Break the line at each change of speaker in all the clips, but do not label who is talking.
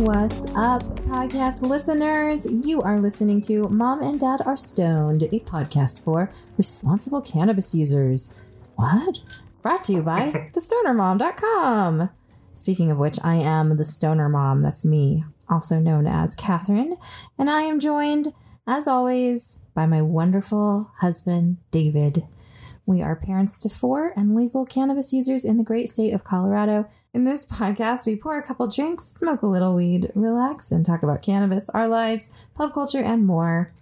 up, podcast listeners? You are listening to Mom and Dad Are Stoned, a podcast for responsible cannabis users. What? Brought to you by thestonermom.com. Speaking of which, I am the stoner mom. That's me, also known as Catherine. And I am joined, as always, by my wonderful husband, David. We are parents to four and legal cannabis users in the great state of Colorado. In this podcast, we pour a couple drinks, smoke a little weed, relax, and talk about cannabis, our lives, pop culture, and more.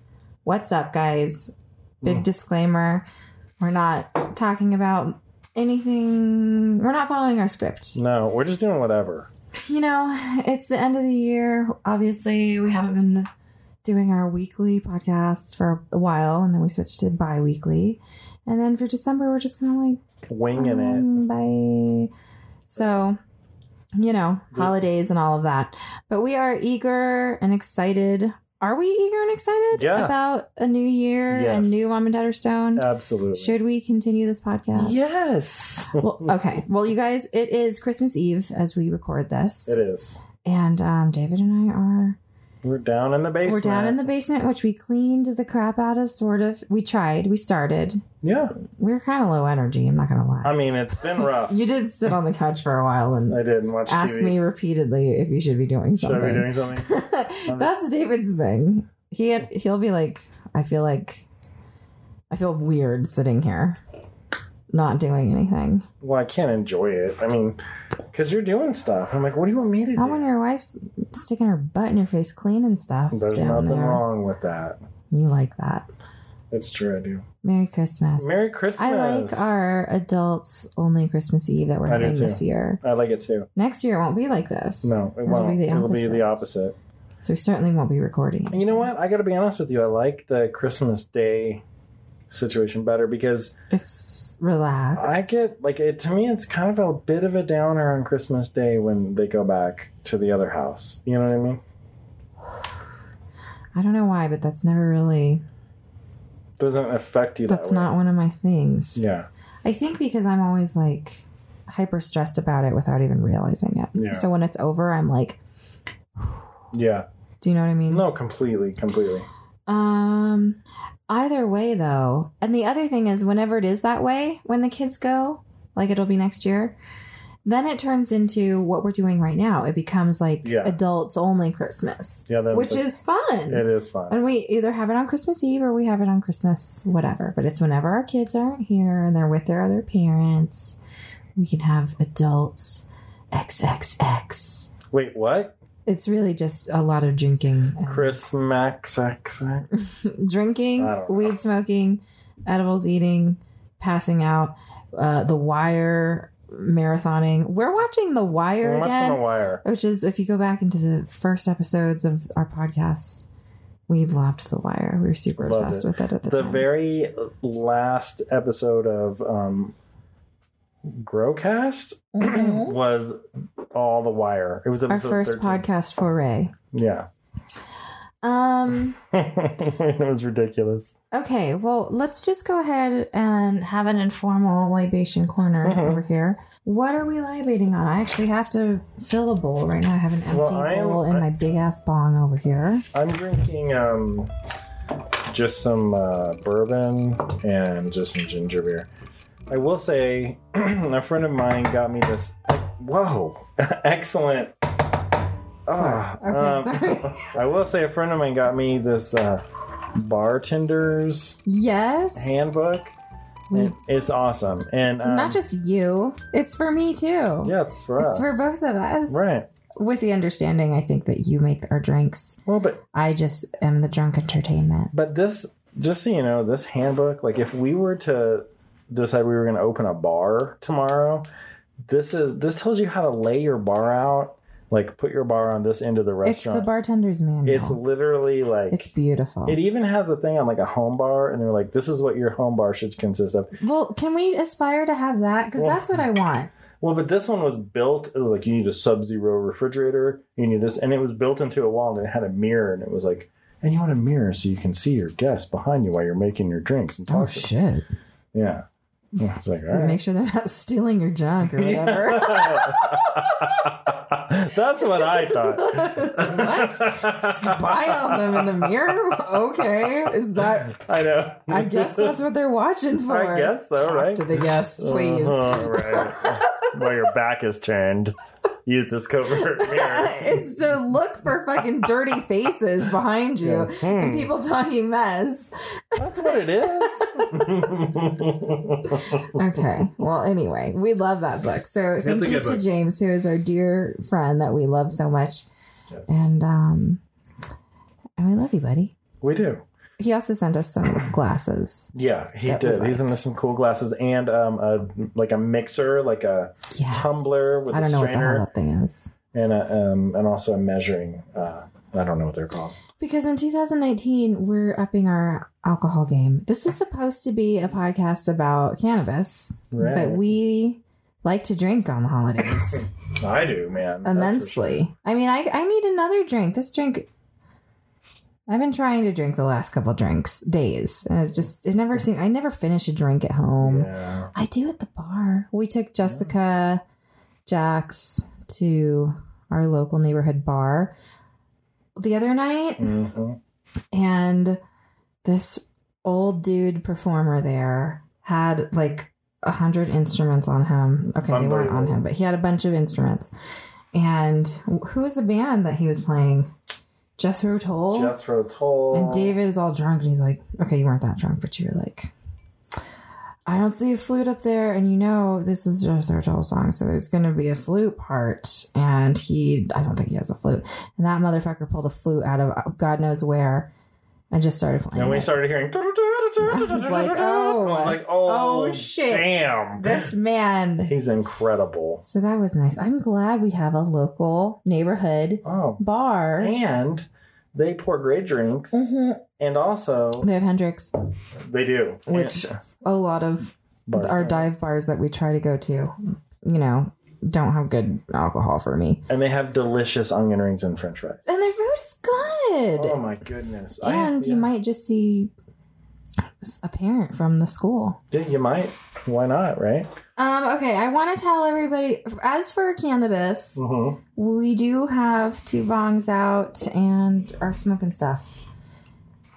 What's up, guys? Big disclaimer we're not talking about anything, we're not following our script.
No, we're just doing whatever.
You know, it's the end of the year. Obviously, we haven't been doing our weekly podcast for a while, and then we switched to bi weekly. And then for December, we're just kind of like,
Winging it.
um, Bye. So, you know, holidays and all of that. But we are eager and excited. Are we eager and excited
Yeah.
about a new year and
Yes.
new Mom and Dad are stoned?
Absolutely.
Should we continue this podcast?
Yes.
Well, okay. Well, you guys, it is Christmas Eve as we record this,
It is.
and um, David and I are
We're down in the basement.
we're down in the basement, which we cleaned the crap out of. Sort of. We tried. We started.
Yeah.
We were kind of low energy. I'm not gonna lie.
I mean, it's been rough.
you did sit on the couch for a while and
I didn't watch
ask
TV.
me repeatedly if you should be doing
Should I
something.
be doing something?
That's David's thing. He had, he'll be like, I feel like I feel weird sitting here, not doing anything.
Well, I can't enjoy it. I mean, because you're doing stuff. I'm like, what do you want me to do?
How when your wife's sticking her butt in your face, cleaning stuff
There's
down
nothing
there.
wrong with that.
You like that?
It's true. I do.
Merry Christmas.
Merry Christmas.
I like our adults only Christmas Eve that we're
I do
having this
too.
year.
I like it too.
Next year it won't be like this.
No, it
It'll
won't.
be the
It'll be the
opposite.
opposite.
So we certainly won't be recording.
And you know what? I got to be honest with you. I like the Christmas Day situation better because
It's relaxed.
I get like it to me. It's kind of a bit of a downer on Christmas Day when they go back to the other house. You know what I mean?
I don't know why, but that's never really.
Doesn't affect you.
That's
that way.
not one of my things.
Yeah,
I think because I'm always like hyper stressed about it without even realizing it.
Yeah.
So when it's over, I'm like,
yeah.
do you know what I mean?
No, completely, completely.
Um, either way, though. And the other thing is, whenever it is that way, when the kids go, like it'll be next year, then it turns into what we're doing right now. It becomes like
Yeah.
adults only Christmas,
Yeah, that
which is fun.
it is fun.
And we either have it on Christmas Eve or we have it on Christmas, whatever. But it's whenever our kids aren't here and they're with their other parents, we can have adults XXX.
Wait, what?
It's really just a lot of drinking, and
Chris Max X. X?
drinking,
I don't know.
weed smoking, edibles eating, passing out, uh, The Wire, marathoning. We're watching The Wire
What's on
again.
the wire?
which is if you go back into the first episodes of our podcast, we loved The Wire. We were super
Loved
obsessed
it.
with it at the,
The,
time.
very last episode of um, Growcast
Mhm.
was all the wire. It was
our
episode
first
13.
podcast foray.
Yeah,
Um.
it was ridiculous.
Okay. Well, let's just go ahead and have an informal libation corner
Mhm.
over here. What are we libating on? I actually have to fill a bowl right now. I have an empty
Well, I am-
bowl in
I-
my big ass bong over here.
I'm drinking um just some uh, bourbon and just some ginger beer. I will say a friend of mine got me this whoa excellent Ah,
Sorry. Okay, sorry.
I will say a friend of mine got me this uh, bartender's
Yes.
handbook.
We-
And it's awesome. And um,
not just you. It's for me too.
yeah, it's for
It's
us.
for both of us.
Right.
With the understanding, I think, that you make our drinks.
Well, but
I just am the drunk entertainment.
But this, just so you know, this handbook, like if we were to decide we were going to open a bar tomorrow, this is this tells you how to lay your bar out, like put your bar on this end of the
It's the
restaurant.
bartender's manual.
It's literally like
It's beautiful.
it even has a thing on like a home bar, and they're like, this is what your home bar should consist of.
Well, can we aspire to have that? Because
Well-
that's what I want.
Well, but this one was built. It was like you need a sub zero refrigerator. You need this, and it was built into a wall, and it had a mirror, and it was like. And you want
Oh,
a mirror so you can see your guests behind you while you're making your drinks and talking.
shit!
yeah. I was like, all right.
Make sure they're not stealing your junk or whatever.
That's what I thought.
I was like, what? Spy on them in the mirror? Okay. Is that
I know.
I guess that's what they're watching for.
I guess so,
Talk
right? Uh-huh.
to the guests, please.
All right. While your back is turned, use this covert mirror.
it's to look for fucking dirty faces behind you.
Hmm,
and People talking mess.
that's what it is.
Okay. Well, anyway, we love that book. So thank
a
you
good
to
book.
James, who is our dear friend that we love so much.
Yes.
And um and we love you, buddy.
we do.
He also sent us some glasses.
Yeah, he
That we
did. He's
like.
into some cool glasses and um, a like a mixer, like a
Yes.
Tumbler with
I don't
a
know what the
strainer.
hell that thing is.
and a um, and also a measuring. Uh, I don't know what they're called.
Because in 2019, we're upping our alcohol game. This is supposed to be a podcast about cannabis,
Right.
but we like to drink on the holidays
I do, man. That's for
immensely. I mean, I, I need another drink. This drink, I've been trying to drink the last couple drinks, days. And it's just, it never seemed, I never finish a drink at
sure.
home.
Yeah.
I do at the bar. We took Jessica Jax to our local neighborhood bar the other night
Mhm.
and this old dude performer there had like a hundred instruments on him. Okay, they weren't on him, but he had a bunch of instruments. And who was the band that he was playing? Jethro Tull.
Jethro Tull.
Oh. And David is all drunk and he's like, okay, you weren't that drunk, but you were like, I don't see a flute up there. And you know, this is just their total song. So there's going to be a flute part. And he, I don't think he has a flute. And that motherfucker pulled a flute out of God knows where and just started playing.
And we
it.
started hearing. I
was like, oh,
I was like, oh,
oh, shit.
Damn.
this man.
He's incredible.
So that was nice. I'm glad we have a local neighborhood
Oh,
bar.
and they pour great drinks,
Mhm.
and also
They have Hendrix,
they do.
which
And-
a lot of
Bar-
our dive bars that we try to go to, you know, don't have good alcohol for me.
and they have delicious onion rings and French fries.
And their food is good.
Oh my goodness! I-
and you
yeah.
might just see a parent from the school.
Yeah, you might. Why not? Right?
Um, okay, I want to tell everybody as for cannabis,
Mm-hmm.
we do have two bongs out and are smoking stuff.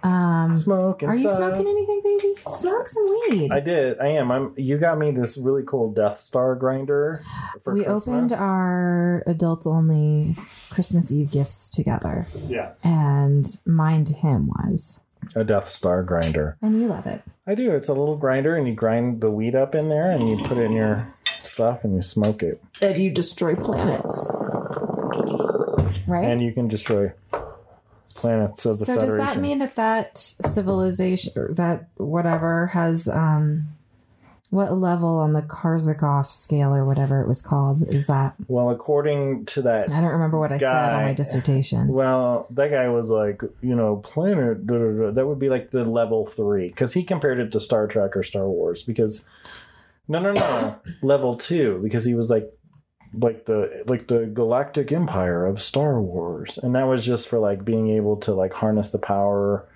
Um,
Smoke. And
are you
stuff.
smoking anything, baby? Smoke some weed.
I did. I am. I'm. You got me this really cool Death Star grinder. For
we
Christmas.
opened our adult only Christmas Eve gifts together.
Yeah,
and mine to him was.
a Death Star grinder.
And you love it.
I do. It's a little grinder, and you grind the weed up in there, and you put it in your stuff, and you smoke it,
And you destroy planets. Right?
and you can destroy planets of the
so does
Federation.
that mean that that civilization, or that whatever, has um, what level on the Karzakov scale or whatever it was called? Is that
well, according to that,
I don't remember what I said on
Guy.
my dissertation.
well, that guy was like, you know, planet. da, da, da. That would be like the level three, because he compared it to Star Trek or Star Wars. Because no, no, no, level two, because he was like. Like the like the galactic empire of Star Wars, and that was just for like being able to like harness the power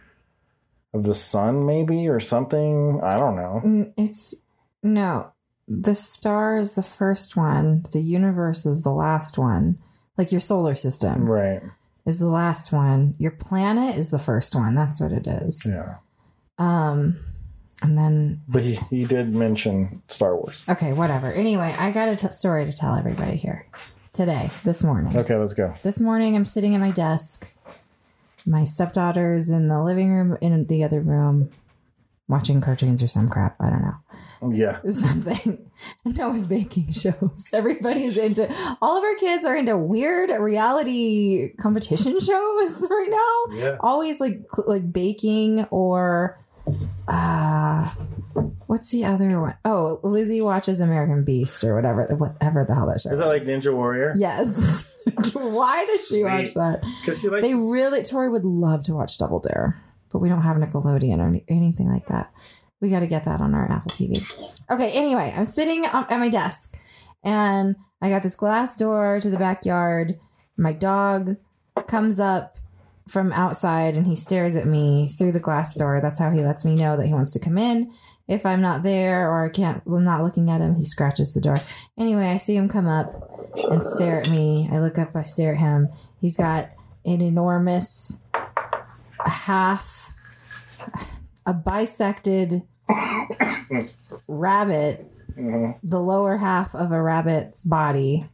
of the sun maybe or something i don't know
Mm, It's no, the star is the first one. The universe is the last one. Like your solar system.
right
is the last one. Your planet is the first one. That's what it is.
yeah
Um, and then
but he, he did mention star wars
okay, whatever. Anyway, I got a t- story to tell everybody here today, this morning.
okay let's go
This morning, I'm sitting at my desk. My stepdaughter's in the living room, in the other room, watching cartoons or some crap. I don't know.
yeah
something. No one's baking shows. Everybody's into all of our kids are into weird reality competition shows right now.
Yeah.
Always like cl- like baking or uh what's the other one? Oh, Lizzie watches American Beast or whatever whatever the hell that show
is that like
is.
ninja warrior
Yes. Why did she watch
Sweet.
that?
Because she likes
They really Tori would love to watch Double Dare, but we don't have Nickelodeon or any- anything like that. We got to get that on our Apple TV. Okay. Anyway, I'm sitting on- at my desk, and I got this glass door to the backyard. My dog comes up from outside and he stares at me through the glass door. That's how he lets me know that he wants to come in. If I'm not there or I can't, I'm not looking at him, he scratches the door. Anyway, I see him come up and stare at me. I look up, I stare at him. He's got an enormous half, a bisected rabbit, the lower half of a rabbit's body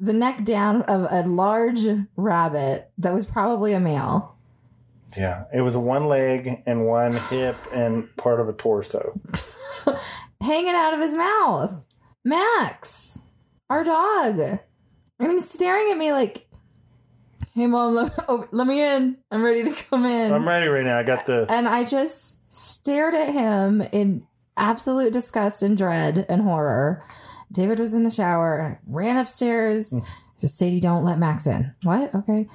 the neck down of a large rabbit that was probably a male.
Yeah, it was one leg and one hip and part of a torso.
hanging out of his mouth. Max, our dog. And he's staring at me like, hey, mom, let, oh, let me in. I'm ready to come in.
I'm ready right now. I got this.
and I just stared at him in absolute disgust and dread and horror. David was in the shower, ran
Hmm.
upstairs, said, Sadie, don't let Max in. What? Okay.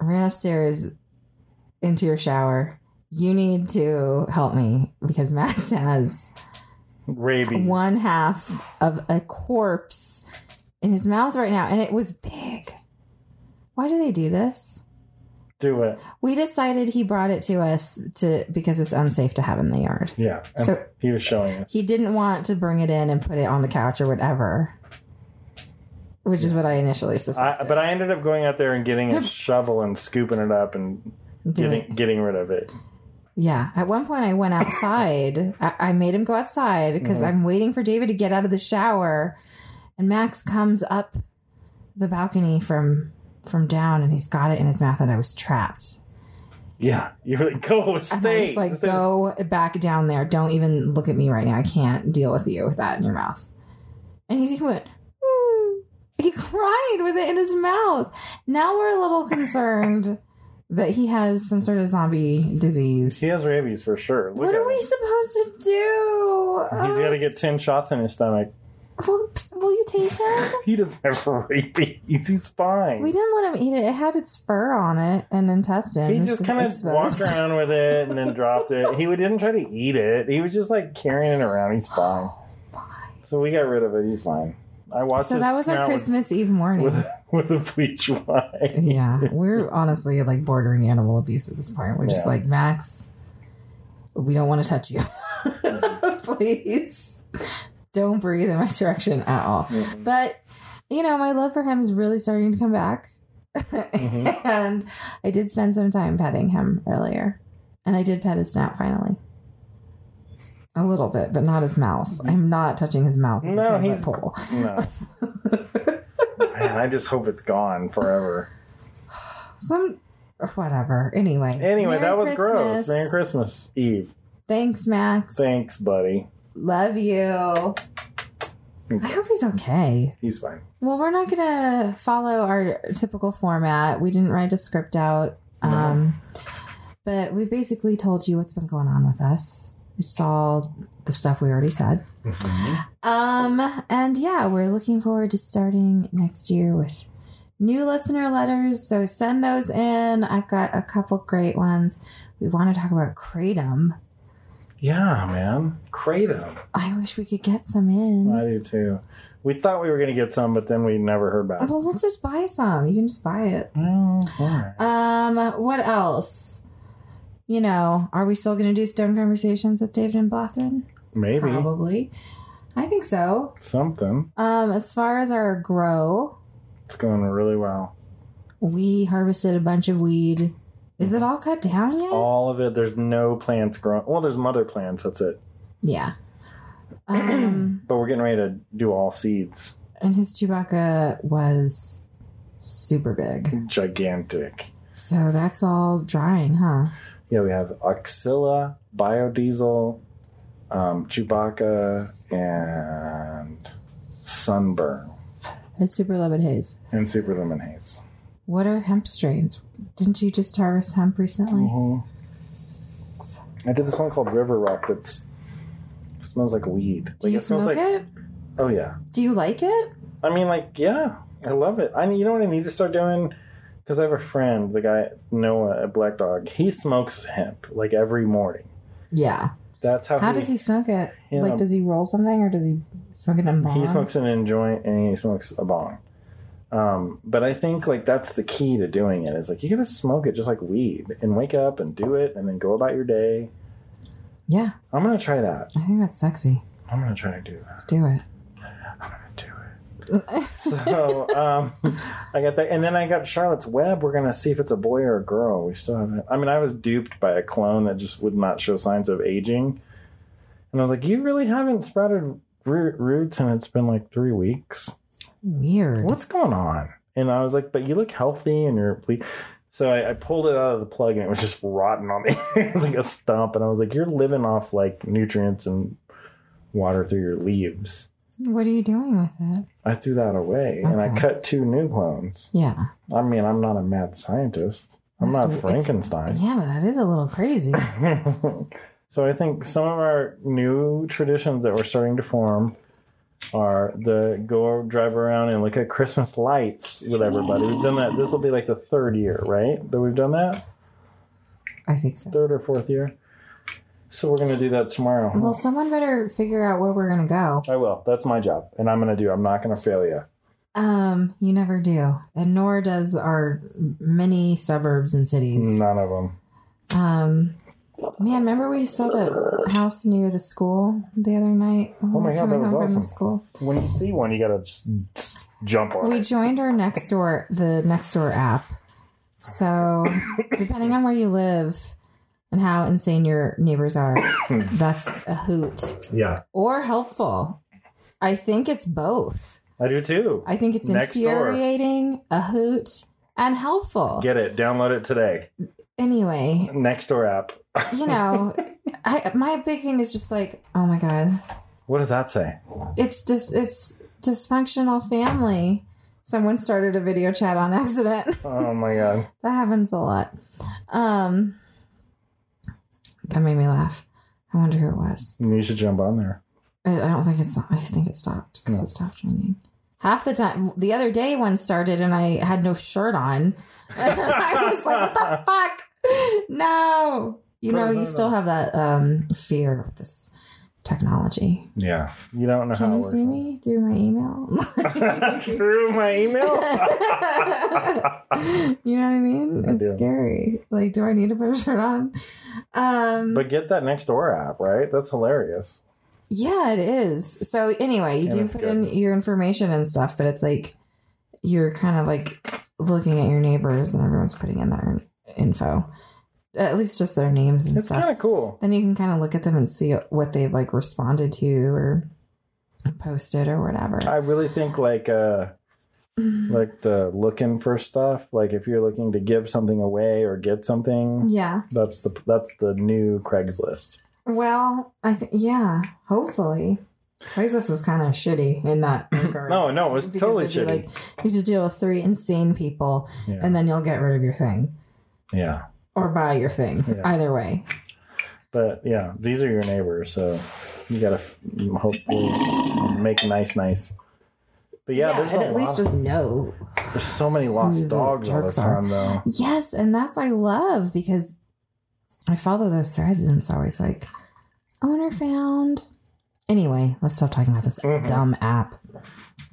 Ran upstairs into your shower. You need to help me because Max has
Rabies.
one half of a corpse in his mouth right now, and it was big. Why do they do this?
Do it.
We decided he brought it to us to because it's unsafe to have in the yard.
Yeah. And
So-
he was showing us.
He didn't want to bring it in and put it on the couch or whatever, which is what I initially
I,
suspected.
but I ended up going out there and getting a shovel and scooping it up and
Doing-
getting getting rid of it.
Yeah. At one point, I went outside. I, I made him go outside because I'm waiting for David to get out of the shower, and Max comes up the balcony from from down, and he's got it in his mouth, and I was trapped.
Yeah. You were like, go
And
stay.
I was like,
stay.
"Go back down there! Don't even look at me right now. I can't deal with you with that in your mouth." And he went. "Hmm." He cried with it in his mouth. Now we're a little concerned that he has some sort of zombie disease.
He has rabies for sure. Look
What
at
are we
him.
supposed to do?
He's got to get 10 shots in his stomach.
Will, will you take him?
He doesn't have rabies. He's fine.
we didn't let him eat it. It had its fur on it and intestines.
He just kind of
exposed.
walked around with it and then dropped it. He didn't try to eat it. He was just like carrying it around. He's fine. So we got rid of it. He's fine. I watched.
Oh, So
his
that was our
snout with-
Christmas Eve morning.
with with a bleach wine.
yeah, we're honestly like bordering animal abuse at this point. We're just
Yeah.
like Max. We don't want to touch you. Please don't breathe in my direction at all.
Mhm.
But you know, my love for him is really starting to come back.
Mhm.
and I did spend some time petting him earlier. And I did pet his snout finally. A little bit, but not his mouth. I'm not touching his mouth. with a
No,
ten-foot
he's-
pole.
No. Man, I just hope it's gone forever.
some whatever. Anyway.
Anyway,
Merry
that was gross.
Christmas.
Merry Christmas Eve.
Thanks, Max.
Thanks, buddy.
Love you. I hope he's okay.
He's fine.
Well, we're not going to follow our typical format. We didn't write a script out. Um, But we've basically told you what's been going on with us. It's all the stuff we already said. Um, and yeah, we're looking forward to starting next year with new listener letters. So send those in. I've got a couple great ones. We want to talk about Kratom.
Yeah, man. Kratom.
I wish we could get some in.
I do too. We thought we were going to get some, but then we never heard back.
Well, let's just buy some. You can just buy it.
Mm, all right.
Um, what else? You know, are we still going to do stone conversations with David and Blathrin?
Maybe.
Probably. I think so.
Something.
Um, as far as our grow,
It's going really well.
we harvested a bunch of weed. Is it all cut down yet?
All of it. There's no plants growing. Well, there's mother plants. That's it.
Yeah. Um,
But we're getting ready to do all seeds.
and his Chewbacca was super big.
Gigantic.
So that's all drying, huh?
Yeah, we have Oxilla, Biodiesel, um, Chewbacca, and Sunburn,
His super lemonade haze.
and Super Lemon Haze.
What are hemp strains? Didn't you just harvest hemp recently?
Oh, I did this one called River Rock that's smells like weed.
Do
Like,
you
smells
smoke
like
it?
oh yeah.
Do you like it?
I mean, like yeah, I love it. I mean, you know what I need to start doing because I have a friend, the guy Noah at Black Dog. He smokes hemp like every morning.
Yeah.
That's how.
How does he smoke it?
Yeah.
Like, does he roll something or does he smoke it in bong?
He smokes an joint and he smokes a bong. Um, but I think like that's the key to doing it is like you gotta smoke it just like weed and wake up and do it and then go about your day.
Yeah,
I'm gonna try that.
I think that's sexy.
I'm gonna try to do that.
Do it.
I'm gonna do it. so um, I got that, and then I got Charlotte's Web. We're gonna see if it's a boy or a girl. We still haven't. I mean, I was duped by a clone that just would not show signs of aging, and I was like, "You really haven't sprouted ro- roots, and it's been like three weeks."
Weird.
what's going on? And I was like, but you look healthy and you're ble-" So I, I pulled it out of the plug and it was just rotten on me. it was like a stump. And I was like, you're living off like nutrients and water through your leaves.
What are you doing with it?
I threw that away and I
Okay.
cut two new clones.
Yeah.
I mean, I'm not a mad scientist, I'm
That's-
not
it's-
Frankenstein.
Yeah, but that is a little crazy.
so I think some of our new traditions that we're starting to form are the go drive around and look at Christmas lights with everybody. We've done that. This will be like the third year, right? That we've done that,
I think so.
third or fourth year. So we're gonna do that tomorrow.
Well, someone better figure out where we're gonna go.
I will. That's my job, and I'm gonna do. I'm not gonna fail you.
Um, you never do, and nor does our many suburbs and cities.
None of them.
Um, man, remember we saw that house near the school the other night? when
Oh
we
my
were
God, that
coming
was
home from the
awesome.
school.
When you see one, you gotta just, just jump on.
We
it.
joined our next door, the next door app. So, depending on where you live and how insane your neighbors are, that's a hoot
Yeah,
or helpful. I think it's both.
I do too.
I think it's
Next door.
infuriating, a hoot, and helpful.
Get it. Download it today.
Anyway,
Next door app.
you know, I my big thing is just like, oh my god,
What does that say?
it's just it's dysfunctional family. Someone started a video chat on accident.
Oh my god.
that happens a lot. Um, that made me laugh. I wonder who it was.
You should jump on there.
I I don't think it's. I think it stopped because
No.
it stopped ringing. Half the time, the other day one started and I had no shirt on. I was like, what the fuck? No. You know, you still have that um, fear of this technology.
Yeah. You don't know
Can
how
you
it works.
see me through my email?
Through my email?
you know what I mean?
I
It's
do.
scary. Like, do I need to put a shirt on? Um,
but get that next door app, right? That's hilarious.
yeah, it is. So anyway, you
Yeah,
do
that's
put
good.
in your information and stuff, but it's like you're kind of like looking at your neighbors, and everyone's putting in their info, at least just their names and
It's
stuff.
kind of cool.
then you can kind of look at them and see what they've like responded to or posted or whatever.
I really think like uh like the looking for stuff, like if you're looking to give something away or get something,
yeah.
that's the that's the new Craigslist.
Well, I think yeah. Hopefully, Craigslist was kind of shitty in that regard.
No, no, it was
Because
totally
it'd be
shitty.
Like you have to deal with three insane people,
yeah.
and then you'll get rid of your thing
yeah.
or buy your thing.
Yeah.
Either way,
But yeah, these are your neighbors, so you gotta f- hopefully make nice, nice. But yeah, there's
and
a
at least
lot-
just know.
There's so many
Who
lost
the
dogs all the
jerks are.
time, though.
Yes, and that's I love because I follow those threads, and it's always like owner found. Anyway, let's stop talking about this
Mhm.
dumb app.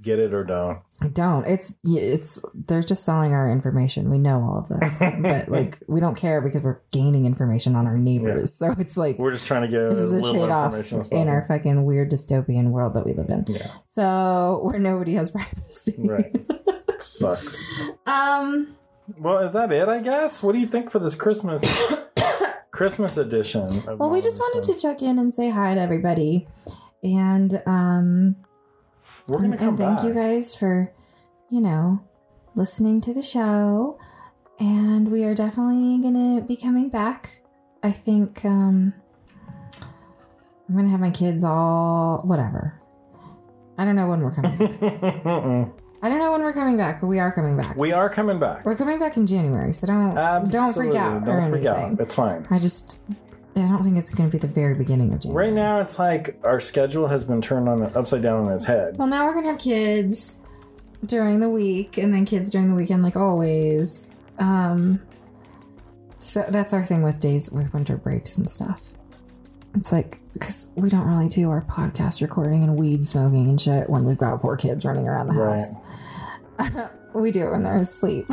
Get it or don't.
I don't. It's it's they're just selling our information. We know all of this, but like we don't care because we're gaining information on our neighbors. So it's like
We're just trying to get
this is a
little
trade off
information as
in our
possible.
fucking weird dystopian world that we live in.
Yeah.
So where nobody has privacy.
Right. Sucks.
Um.
Well, is that it? I guess. What do you think for this Christmas Christmas edition? of
Well, we
Mom
just
and
wanted
Son?
to check in and say hi to everybody, and um,
We're gonna
Mm, and
come
thank
back.
you guys for, you know, listening to the show. And we are definitely gonna be coming back. I think um I'm gonna have my kids all whatever. I don't know when we're coming.
Mm-mm.
I don't know when we're coming back, but we are coming back.
we are coming back.
We're coming back in January, so don't don't freak
Absolutely.
out or
Don't freak
anything.
out. It's fine.
I just I don't think it's gonna be the very beginning of January.
Right now, it's like our schedule has been turned on upside down on its head.
Well, now we're gonna have kids during the week, and then kids during the weekend, like always. Um, so that's our thing with days with winter breaks and stuff. It's like because we don't really do our podcast recording and weed smoking and shit when we've got four kids running around the
Right.
house. We do it when they're asleep.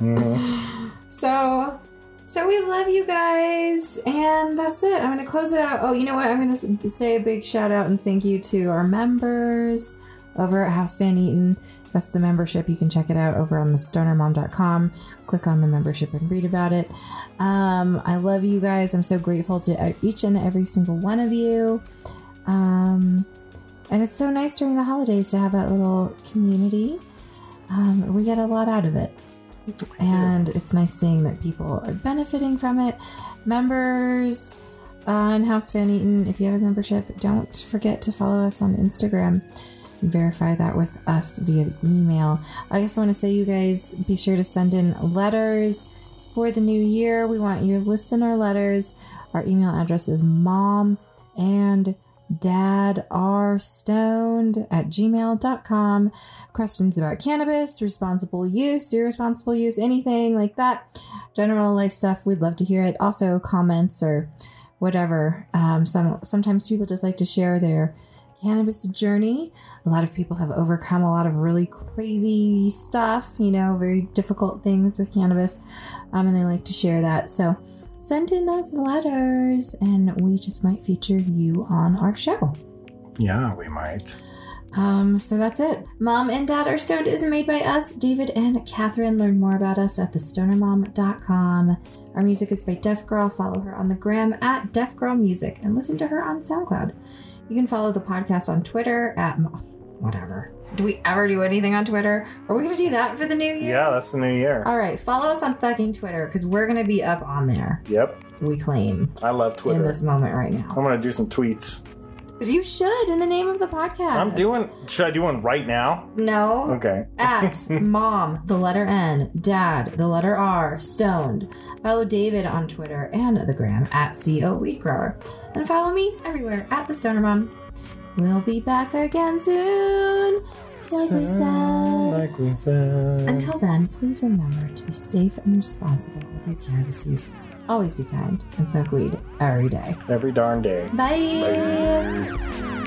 Mhm.
So, so we love you guys, and that's it. I'm gonna close it out. Oh, you know what? I'm gonna s- say a big shout out and thank you to our members over at House Van Eaton. That's the membership. You can check it out over on the stonermom.com. Click on the membership and read about it. Um, I love you guys. I'm so grateful to e-, each and every single one of you. Um, and it's so nice during the holidays to have that little community. Um, we get a lot out of it and it's nice seeing that people are benefiting from it. Members on House Van Eaton, if you have a membership, don't forget to follow us on Instagram. Verify that with us via email. I also want to say, you guys, be sure to send in letters for the new year. We want your listener letters. Our email address is mom and dad are stoned at gmail.com questions about cannabis, responsible use, irresponsible use, anything like that, general life stuff. We'd love to hear it. Also, comments or whatever. Um, some sometimes people just like to share their cannabis journey. A lot of people have overcome a lot of really crazy stuff. You know, very difficult things with cannabis, um, and they like to share that. So. Send in those letters, and we just might feature you on our show.
Yeah, we might.
Um, so that's it. Mom and Dad Are Stoned is made by us, David and Catherine. Learn more about us at thestonermom.com. Our music is by Deaf Girl. Follow her on the gram at Deaf Girl Music and listen to her on SoundCloud. You can follow the podcast on Twitter at mo- whatever. Do we ever do anything on Twitter? Are we going to do that for the new year?
Yeah, that's the new year.
All right, follow us on fucking Twitter because we're going to be up on there.
Yep,
We claim
I love
in
Twitter.
this moment right now.
I'm gonna do some tweets.
You should in the name of the podcast.
I'm doing. Should I do one right now?
No.
Okay.
at mom, the letter N, dad, the letter R, stoned. Follow David on Twitter and the gram at CO Weed Grower. And follow me everywhere at the Stoner Mom. We'll be back again soon. Like we said.
Like we said.
Until then, please remember to be safe and responsible with your cannabis use. Always be kind and smoke weed every day.
every darn day.
Bye.
Bye.